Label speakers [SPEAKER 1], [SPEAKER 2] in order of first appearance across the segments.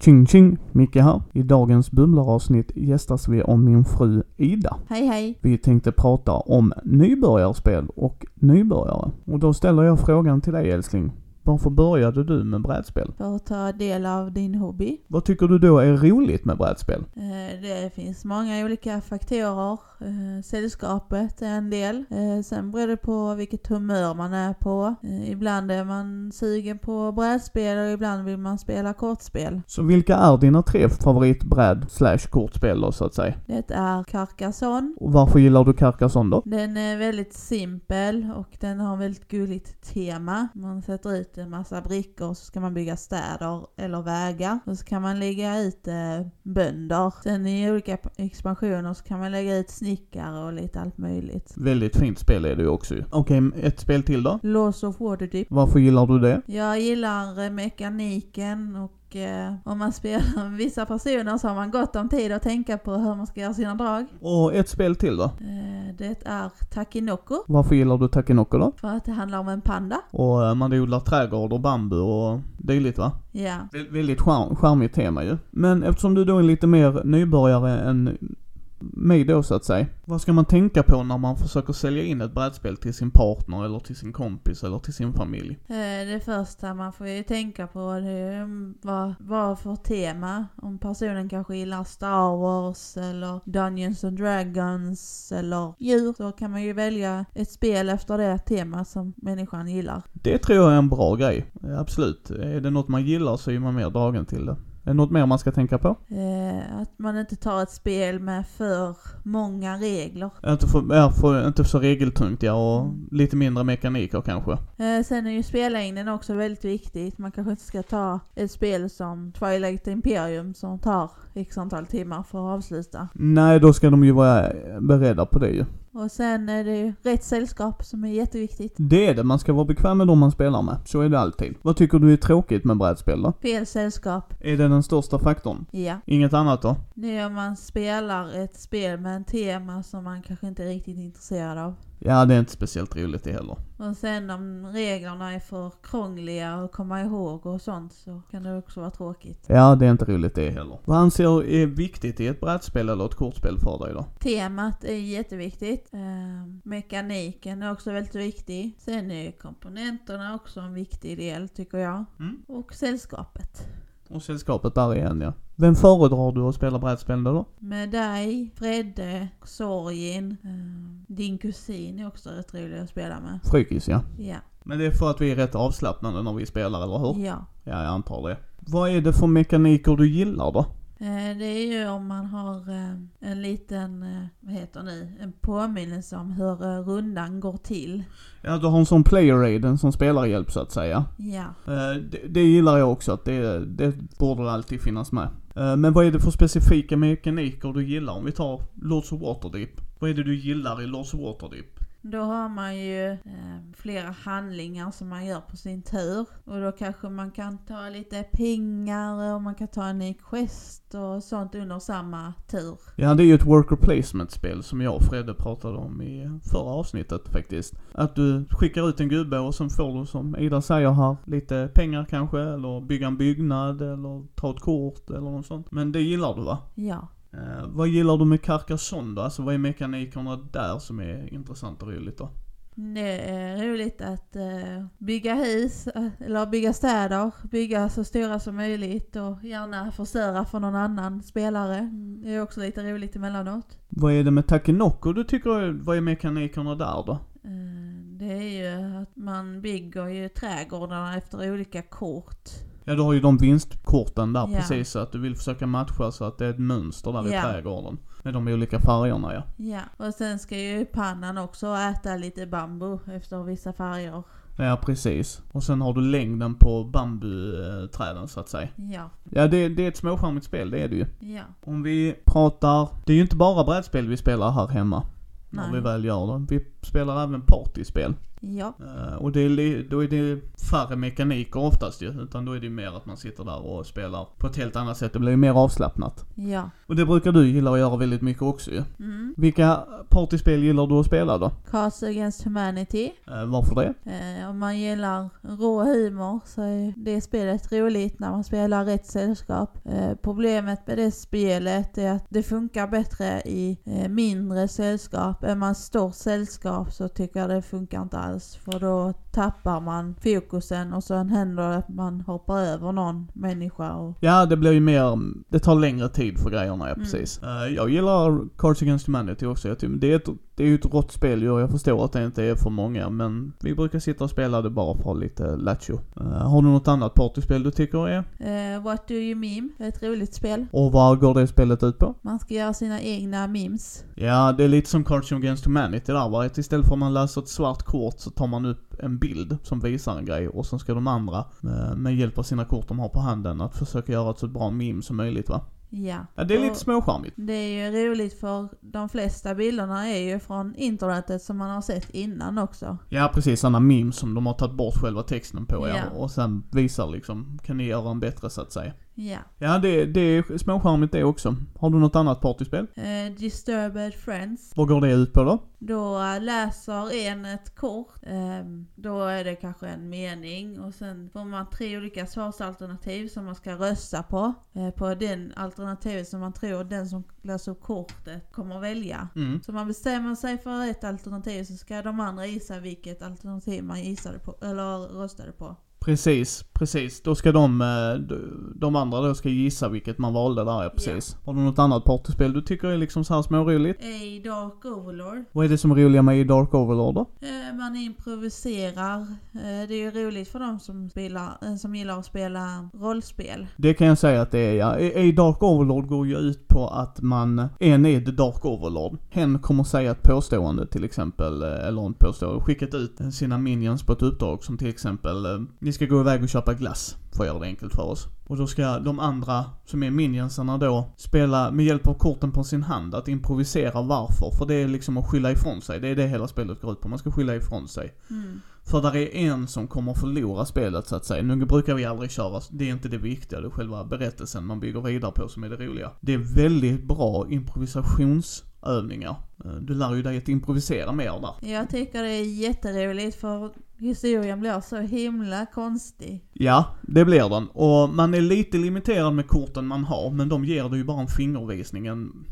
[SPEAKER 1] Tjing tjing! Micke här. I dagens Bumlaravsnitt gästas vi av min fru Ida.
[SPEAKER 2] Hej hej!
[SPEAKER 1] Vi tänkte prata om nybörjarspel och nybörjare. Och då ställer jag frågan till dig älskling. Varför började du med brädspel?
[SPEAKER 2] För att ta del av din hobby.
[SPEAKER 1] Vad tycker du då är roligt med brädspel?
[SPEAKER 2] Eh, Det finns många olika faktorer. Eh, Sällskapet är en del. Eh, Sen beror det på vilket humör man är på. Eh, Ibland är man sugen på brädspel och ibland vill man spela kortspel.
[SPEAKER 1] Så vilka är dina tre favoritbräd slash kortspel då så att säga?
[SPEAKER 2] Det är Carcassonne.
[SPEAKER 1] Och varför gillar du Carcassonne då?
[SPEAKER 2] Den är väldigt simpel och den har väldigt gulligt tema. Man sätter ut en massa brickor och så ska man bygga städer eller vägar. Och så kan man lägga ut eh, bönder. Sen i olika p- expansioner så kan man lägga ut snickare och lite allt möjligt.
[SPEAKER 1] Väldigt fint spel är det ju också ju. Okej, ett spel till då?
[SPEAKER 2] Laws of Waterdeep.
[SPEAKER 1] Varför gillar du det?
[SPEAKER 2] Jag gillar eh, mekaniken och eh, om man spelar med vissa personer så har man gott om tid att tänka på hur man ska göra sina drag.
[SPEAKER 1] Och ett spel till då?
[SPEAKER 2] Eh, det är Takinoko.
[SPEAKER 1] Varför gillar du Takinoko då?
[SPEAKER 2] För att det handlar om en panda.
[SPEAKER 1] Och eh, man odlar trädgård och bambu och dylikt va?
[SPEAKER 2] Ja.
[SPEAKER 1] Vä- väldigt charm, charmigt tema ju. Men eftersom du då är lite mer nybörjare än mig då så att säga. Vad ska man tänka på när man försöker sälja in ett brädspel till sin partner eller till sin kompis eller till sin familj?
[SPEAKER 2] Eh, Det första man får ju tänka på det är ju mm, vad, vad för tema. Om personen kanske gillar Star Wars eller Dungeons and Dragons eller djur. Så kan man ju välja ett spel efter det tema som människan gillar.
[SPEAKER 1] Det tror jag är en bra grej. Eh, Absolut. Är det något man gillar så är man mer dragen till det. Är det något mer man ska tänka på?
[SPEAKER 2] Eh, Att man inte tar ett spel med för många regler.
[SPEAKER 1] Inte för, ja, för, inte så regeltungt ja, och lite mindre mekaniker kanske.
[SPEAKER 2] Eh, Sen är ju spellängden också väldigt viktigt. Man kanske inte ska ta ett spel som Twilight Imperium som tar x antal timmar för att avsluta.
[SPEAKER 1] Nej, då ska de ju vara eh, beredda på det ju.
[SPEAKER 2] Och sen är det ju rätt sällskap som är jätteviktigt.
[SPEAKER 1] Det är det, man ska vara bekväm med de man spelar med. Så är det alltid. Vad tycker du är tråkigt med brädspel då?
[SPEAKER 2] Fel sällskap,
[SPEAKER 1] Är det den största faktorn?
[SPEAKER 2] ja.
[SPEAKER 1] Inget annat då?
[SPEAKER 2] Det är om man spelar ett spel med en tema som man kanske inte är riktigt intresserad av.
[SPEAKER 1] Ja, det är inte speciellt roligt det heller.
[SPEAKER 2] Och sen om reglerna är för krångliga att komma ihåg och sånt så kan det också vara tråkigt.
[SPEAKER 1] Ja, det är inte roligt det heller. Vad anser du är viktigt i ett brädspel eller ett kortspel för dig då?
[SPEAKER 2] Temat är jätteviktigt. Eh, mekaniken är också väldigt viktig. Sen är ju komponenterna också en viktig del tycker jag.
[SPEAKER 1] Mm.
[SPEAKER 2] Och sällskapet.
[SPEAKER 1] Och sällskapet där igen ja. Vem föredrar du att spela brädspel med då?
[SPEAKER 2] Med dig, Fredde, Sorgin, eh, din kusin är också rätt rolig att spela med.
[SPEAKER 1] Frykis ja.
[SPEAKER 2] Ja,
[SPEAKER 1] Men det är för att vi är rätt avslappnade när vi spelar, eller hur?
[SPEAKER 2] ja.
[SPEAKER 1] Ja, jag antar det. Vad är det för mekaniker du gillar då?
[SPEAKER 2] Eh, Det är ju om man har eh, en liten, eh, vad heter det, en påminnelse om hur eh, rundan går till.
[SPEAKER 1] Ja, du har en sån player aid, en sån spelarhjälp så att säga.
[SPEAKER 2] Ja.
[SPEAKER 1] Eh, det, det gillar jag också, att det, det borde alltid finnas med. Eh, men vad är det för specifika mekaniker du gillar? Om vi tar Lords of Waterdeep. Vad är det du gillar i Lords of Waterdeep?
[SPEAKER 2] Då har man ju eh, flera handlingar som man gör på sin tur. Och då kanske man kan ta lite pengar och man kan ta en ny quest och sånt under samma tur.
[SPEAKER 1] Ja, det är ju ett worker placement-spel som jag och Fredde pratade om i förra avsnittet faktiskt. Att du skickar ut en gubbe och sen får du, som Ida säger här, lite pengar kanske, eller bygga en byggnad, eller ta ett kort, eller något sånt. Men det gillar du va?
[SPEAKER 2] Ja.
[SPEAKER 1] Eh, vad gillar du med Carcassonne då? Alltså vad är mekanikerna där som är intressant och roligt då?
[SPEAKER 2] Det är roligt att eh, bygga hus, eh, eller bygga städer, bygga så stora som möjligt och gärna förstöra för någon annan spelare. Det är också lite roligt emellanåt.
[SPEAKER 1] Vad är det med Takenoko du tycker, är- vad är mekanikerna där då?
[SPEAKER 2] Eh, det är ju att man bygger ju trädgårdarna efter olika kort.
[SPEAKER 1] Ja du har ju de vinstkorten där
[SPEAKER 2] Ja.
[SPEAKER 1] precis, så att du vill försöka matcha så att det är ett mönster där i
[SPEAKER 2] Ja.
[SPEAKER 1] trädgården. Med de olika färgerna ja.
[SPEAKER 2] Ja, och sen ska ju pannan också äta lite bambu efter vissa färger.
[SPEAKER 1] Ja precis. Och sen har du längden på bambuträden så att säga.
[SPEAKER 2] Ja,
[SPEAKER 1] Ja det, det är ett småskärmigt spel, det är det ju.
[SPEAKER 2] ja.
[SPEAKER 1] Om vi pratar, det är ju inte bara brädspel vi spelar här hemma. När
[SPEAKER 2] Nej.
[SPEAKER 1] vi väl gör det. Vi spelar även partyspel.
[SPEAKER 2] Ja.
[SPEAKER 1] Eh, och det är, li- då är det färre mekaniker oftast ju, utan då är det ju mer att man sitter där och spelar på ett helt annat sätt. Det blir ju mer avslappnat.
[SPEAKER 2] Ja.
[SPEAKER 1] Och det brukar du gilla att göra väldigt mycket också ju.
[SPEAKER 2] Mm.
[SPEAKER 1] Vilka partyspel gillar du att spela då?
[SPEAKER 2] Cards Against Humanity.
[SPEAKER 1] Eh, varför det?
[SPEAKER 2] Eh, om man gillar rå humor så är det spelet roligt när man spelar rätt sällskap. Eh, problemet med det spelet är att det funkar bättre i eh, mindre sällskap. Är man stort sällskap så tycker jag det funkar inte alls för då tappar man fokusen och sen händer det att man hoppar över någon människa. Och,
[SPEAKER 1] Ja, det blir ju mer, det tar längre tid för grejerna, ja
[SPEAKER 2] Mm.
[SPEAKER 1] precis. Eh, jag gillar Cards Against Humanity också. Jag tycker, det, är ett, det är ju ett rått spel ju och jag förstår att det inte är för många, men vi brukar sitta och spela det bara för att ha lite lattjo. Eh, har du något annat partyspel du tycker är?
[SPEAKER 2] eh, What Do You Meme är ett roligt spel.
[SPEAKER 1] Och vad går det spelet ut på?
[SPEAKER 2] Man ska göra sina egna memes.
[SPEAKER 1] Ja, det är lite som Cards Against Humanity där va? Att istället för att man läser ett svart kort så tar man upp en bild som visar en grej och sen ska de andra eh, med hjälp av sina kort de har på handen att försöka göra ett så bra meme som möjligt va?
[SPEAKER 2] Ja.
[SPEAKER 1] Ja, det är
[SPEAKER 2] Och-
[SPEAKER 1] lite småcharmigt.
[SPEAKER 2] Det är ju roligt för de flesta bilderna är ju från internetet som man har sett innan också.
[SPEAKER 1] Ja precis, sådana memes som de har tagit bort själva texten på er
[SPEAKER 2] Ja.
[SPEAKER 1] och sen visar liksom, kan ni göra en bättre så att säga.
[SPEAKER 2] Ja.
[SPEAKER 1] Ja det, det är småcharmigt det också. Har du något annat partyspel?
[SPEAKER 2] Eh, Disturbed Friends.
[SPEAKER 1] Vad går det ut på då?
[SPEAKER 2] Då eh, läser en ett kort. ehm, då är det kanske en mening och sen får man tre olika svarsalternativ som man ska rösta på. Eh, på den alternativet som man tror den som läser upp kortet kommer välja.
[SPEAKER 1] Mm.
[SPEAKER 2] Så man bestämmer sig för ett alternativ så ska de andra gissa vilket alternativ man gissade på eller röstade på.
[SPEAKER 1] Precis, precis. Då ska de, eh, d- de andra då ska gissa vilket man valde där ja, precis. Har du något annat partyspel du tycker är liksom så här småroligt?
[SPEAKER 2] A Dark Overlord.
[SPEAKER 1] Vad är det som är roliga med i Dark Overlord då?
[SPEAKER 2] Eh, Man improviserar. Eh, Det är ju roligt för de som, spelar, eh, som gillar att spela rollspel.
[SPEAKER 1] Det kan jag säga att det är ja. I i Dark Overlord går ju ut på att man, en är the Dark Overlord. Hen kommer säga ett påstående till exempel, eh, eller inte påstående, skickat ut sina minions på ett uppdrag som till exempel, eh, ni ska gå iväg och köpa glass, för att göra det enkelt för oss. Och då ska de andra, som är minionsarna då, spela med hjälp av korten på sin hand, att improvisera varför. För det är liksom att skylla ifrån sig, det är det hela spelet går ut på, man ska skylla ifrån sig.
[SPEAKER 2] Mm.
[SPEAKER 1] För där är en som kommer förlora spelet så att säga. Nu brukar vi aldrig köra, det är inte det viktiga, det är själva berättelsen man bygger vidare på som är det roliga. Det är väldigt bra improvisationsövningar. Eh, Du lär ju dig att improvisera mer där.
[SPEAKER 2] Jag tycker det är jätteroligt för historien blir så himla konstig.
[SPEAKER 1] Ja, det blir den. Och man är lite limiterad med korten man har, men de ger dig ju bara en fingervisning, en,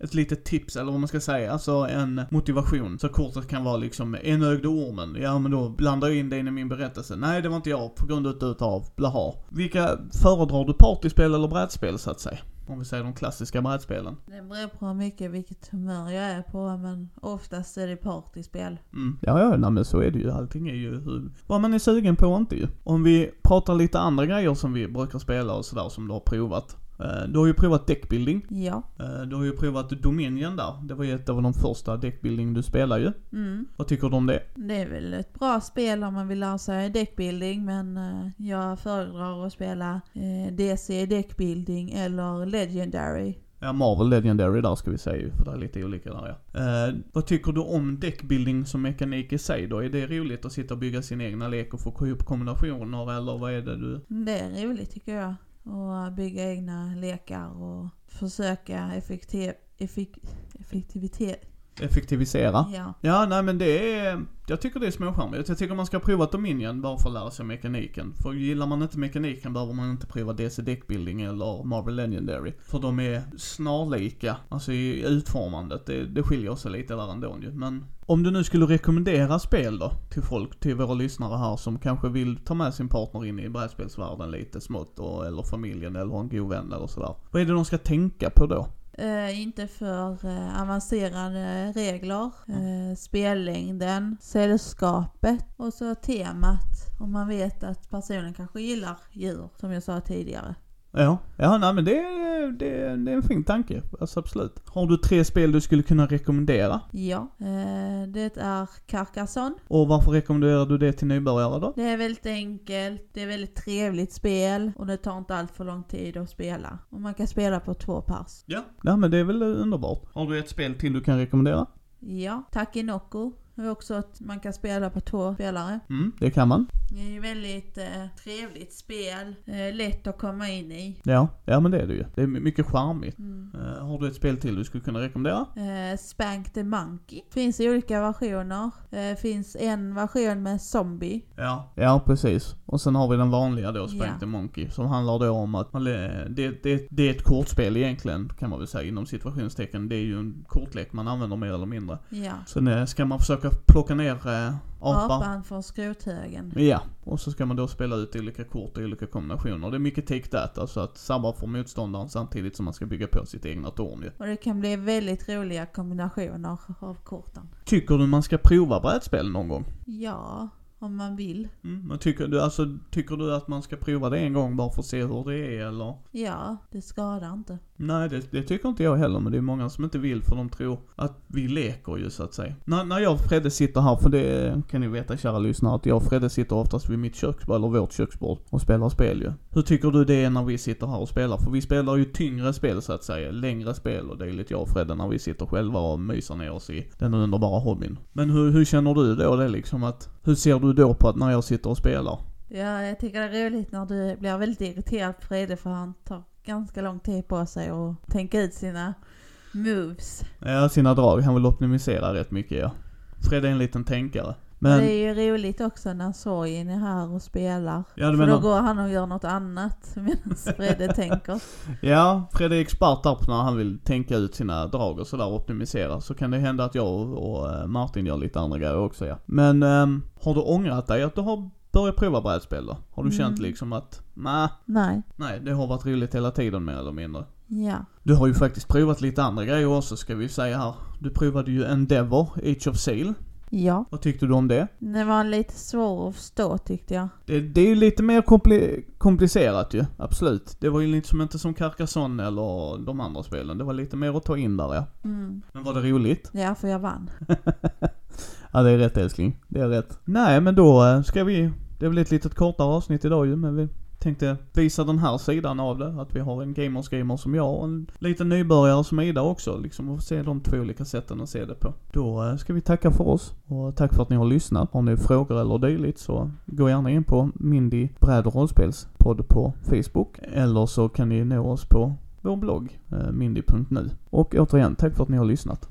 [SPEAKER 1] ett litet tips eller vad man ska säga, alltså en motivation. Så kortet kan vara liksom, enögde ormen, ja men då blandar jag in det in i min berättelse. Nej, det var inte jag, på grund utav blaha. Vilka föredrar du partyspel eller brädspel så att säga? Om vi säger de klassiska brädspelen.
[SPEAKER 2] Det beror på hur mycket vilket humör jag är på men oftast är det partyspel.
[SPEAKER 1] Mm. Ja, ja, nej, men så är det ju. Allting är ju hur, vad man är sugen på och inte ju. Om vi pratar lite andra grejer som vi brukar spela och sådär som du har provat. Eh, Du har ju provat deckbuilding.
[SPEAKER 2] Ja.
[SPEAKER 1] Eh, Du har ju provat Dominion där. Det var ju ett av de första deckbuilding du spelade ju.
[SPEAKER 2] Mm.
[SPEAKER 1] Vad tycker du om det?
[SPEAKER 2] Det är väl ett bra spel om man vill lära sig deckbuilding men eh, jag föredrar att spela eh, DC deckbuilding eller Legendary.
[SPEAKER 1] Ja, Marvel Legendary där ska vi säga ju, för det är lite olika där ja. Eh, vad tycker du om deckbuilding som mekanik i sig då? Är det roligt att sitta och bygga sin egna lek och få ihop kombinationer eller vad är det du...
[SPEAKER 2] Det är roligt tycker jag. Och bygga egna lekar och försöka effektiv, effek, effektivitet.
[SPEAKER 1] Effektivisera?
[SPEAKER 2] Ja.
[SPEAKER 1] Ja, nej men det är, jag tycker det är småcharmigt. Jag tycker man ska prova Dominion bara för att lära sig mekaniken. För gillar man inte mekaniken behöver man inte prova DC Deckbuilding eller Marvel Legendary. För de är snarlika, alltså i utformandet. Det, det skiljer sig lite där ändå ju. Men om du nu skulle rekommendera spel då till folk, till våra lyssnare här som kanske vill ta med sin partner in i brädspelsvärlden lite smått och, eller familjen eller en god vän eller sådär. Vad är det de ska tänka på då?
[SPEAKER 2] Eh, inte för eh, avancerade regler. Eh, spellängden, sällskapet och så temat. Om man vet att personen kanske gillar djur som jag sa tidigare.
[SPEAKER 1] Ja, ja nej, men det, är- det, är- det är en fin tanke. Alltså, absolut. Har du tre spel du skulle kunna rekommendera?
[SPEAKER 2] Ja, eh, det är Carcassonne.
[SPEAKER 1] Och varför rekommenderar du det till nybörjare då?
[SPEAKER 2] Det är väldigt enkelt, det är väldigt trevligt spel och det tar inte allt för lång tid att spela. Och man kan spela på två pers.
[SPEAKER 1] Ja. Ja men det är väl underbart. Har du ett spel till du kan rekommendera?
[SPEAKER 2] Ja, Takinoko Det är också att man kan spela på två spelare.
[SPEAKER 1] Mm, det kan man.
[SPEAKER 2] Det är ju väldigt eh, trevligt spel. Eh, lätt att komma in i.
[SPEAKER 1] Ja, ja men det är det ju. Det är my- mycket charmigt.
[SPEAKER 2] Mm.
[SPEAKER 1] Eh, har du ett spel till du skulle kunna rekommendera?
[SPEAKER 2] Eh, Spank the Monkey. Finns i olika versioner. Eh, finns en version med zombie.
[SPEAKER 1] Ja. Ja, precis. Och sen har vi den vanliga då, Spank
[SPEAKER 2] Ja.
[SPEAKER 1] the Monkey, som handlar då om att man, lä- det, det, det är ett kortspel egentligen, kan man väl säga inom situationstecken. Det är ju en kortlek man använder mer eller mindre.
[SPEAKER 2] Ja.
[SPEAKER 1] Sen eh, ska man försöka plocka ner eh, apar.
[SPEAKER 2] Apan från skrothögen.
[SPEAKER 1] Ja, och så ska man då spela ut olika kort och olika kombinationer. Det är mycket take that, alltså att sabba för motståndaren samtidigt som man ska bygga på sitt egna torn ju.
[SPEAKER 2] Och det kan bli väldigt roliga kombinationer av korten.
[SPEAKER 1] Tycker du man ska prova brädspel någon gång?
[SPEAKER 2] Ja, om man vill.
[SPEAKER 1] Mm, men tycker, du, alltså, tycker du att man ska prova det en gång bara för att se hur det är eller?
[SPEAKER 2] Ja, det skadar inte.
[SPEAKER 1] Nej, det, det tycker inte jag heller, men det är många som inte vill för de tror att vi leker ju så att säga. När, när jag och Fredde sitter här, för det kan ni veta kära lyssnare, att jag och Fredde sitter oftast vid mitt köksbord, eller vårt köksbord, och spelar spel ju. Hur tycker du det är när vi sitter här och spelar? För vi spelar ju tyngre spel så att säga, längre spel och det är lite jag och Fredde när vi sitter själva och myser ner oss i den underbara hobbyn. Men hur, hur känner du då det liksom att, hur ser du då på att när jag sitter och spelar?
[SPEAKER 2] Ja, jag tycker det är roligt när du blir väldigt irriterad på Frede för han tar ganska lång tid på sig att tänka ut sina moves.
[SPEAKER 1] Ja, sina drag, han vill optimisera rätt mycket ja. Fredde är en liten tänkare.
[SPEAKER 2] Men...
[SPEAKER 1] Men...
[SPEAKER 2] Det är ju roligt också när sorgen är här och spelar.
[SPEAKER 1] Ja, du
[SPEAKER 2] för då
[SPEAKER 1] menar,
[SPEAKER 2] går han och gör något annat medan Frede tänker.
[SPEAKER 1] ja, Fredrik Spartarp när han vill tänka ut sina drag och sådär och optimisera så kan det hända att jag och, och eh, Martin gör lite andra grejer också ja. Men ehm, har du ångrat dig att du har börjat prova brädspel då? Har du
[SPEAKER 2] Mm.
[SPEAKER 1] känt liksom att, nej,
[SPEAKER 2] Nej,
[SPEAKER 1] nej det har varit roligt hela tiden mer eller mindre.
[SPEAKER 2] ja.
[SPEAKER 1] Du har ju faktiskt provat lite andra grejer också ska vi säga här. Du provade ju Endeavor, Age of Sail.
[SPEAKER 2] Ja.
[SPEAKER 1] Vad tyckte du om det?
[SPEAKER 2] Det var lite svår att förstå tyckte jag.
[SPEAKER 1] Det, det är ju lite mer kompli- komplicerat ju, absolut. Det var ju liksom inte som Carcassonne eller de andra spelen. Det var lite mer att ta in där ja.
[SPEAKER 2] Mm.
[SPEAKER 1] Men var det roligt?
[SPEAKER 2] Det är därför jag vann.
[SPEAKER 1] Ja det är rätt älskling, det är rätt. Nej men då eh, ska vi, det blir ett litet kortare avsnitt idag ju men vi tänkte visa den här sidan av det. Att vi har en gamers gamer som jag och en liten nybörjare som Ida också liksom. Och se de två olika sätten att se det på. Då eh, ska vi tacka för oss och tack för att ni har lyssnat. Har ni frågor eller dylikt så gå gärna in på Mindy bräd och rollspelspodd på Facebook. Eller så kan ni nå oss på vår blogg eh, mindy.nu. Och återigen, tack för att ni har lyssnat.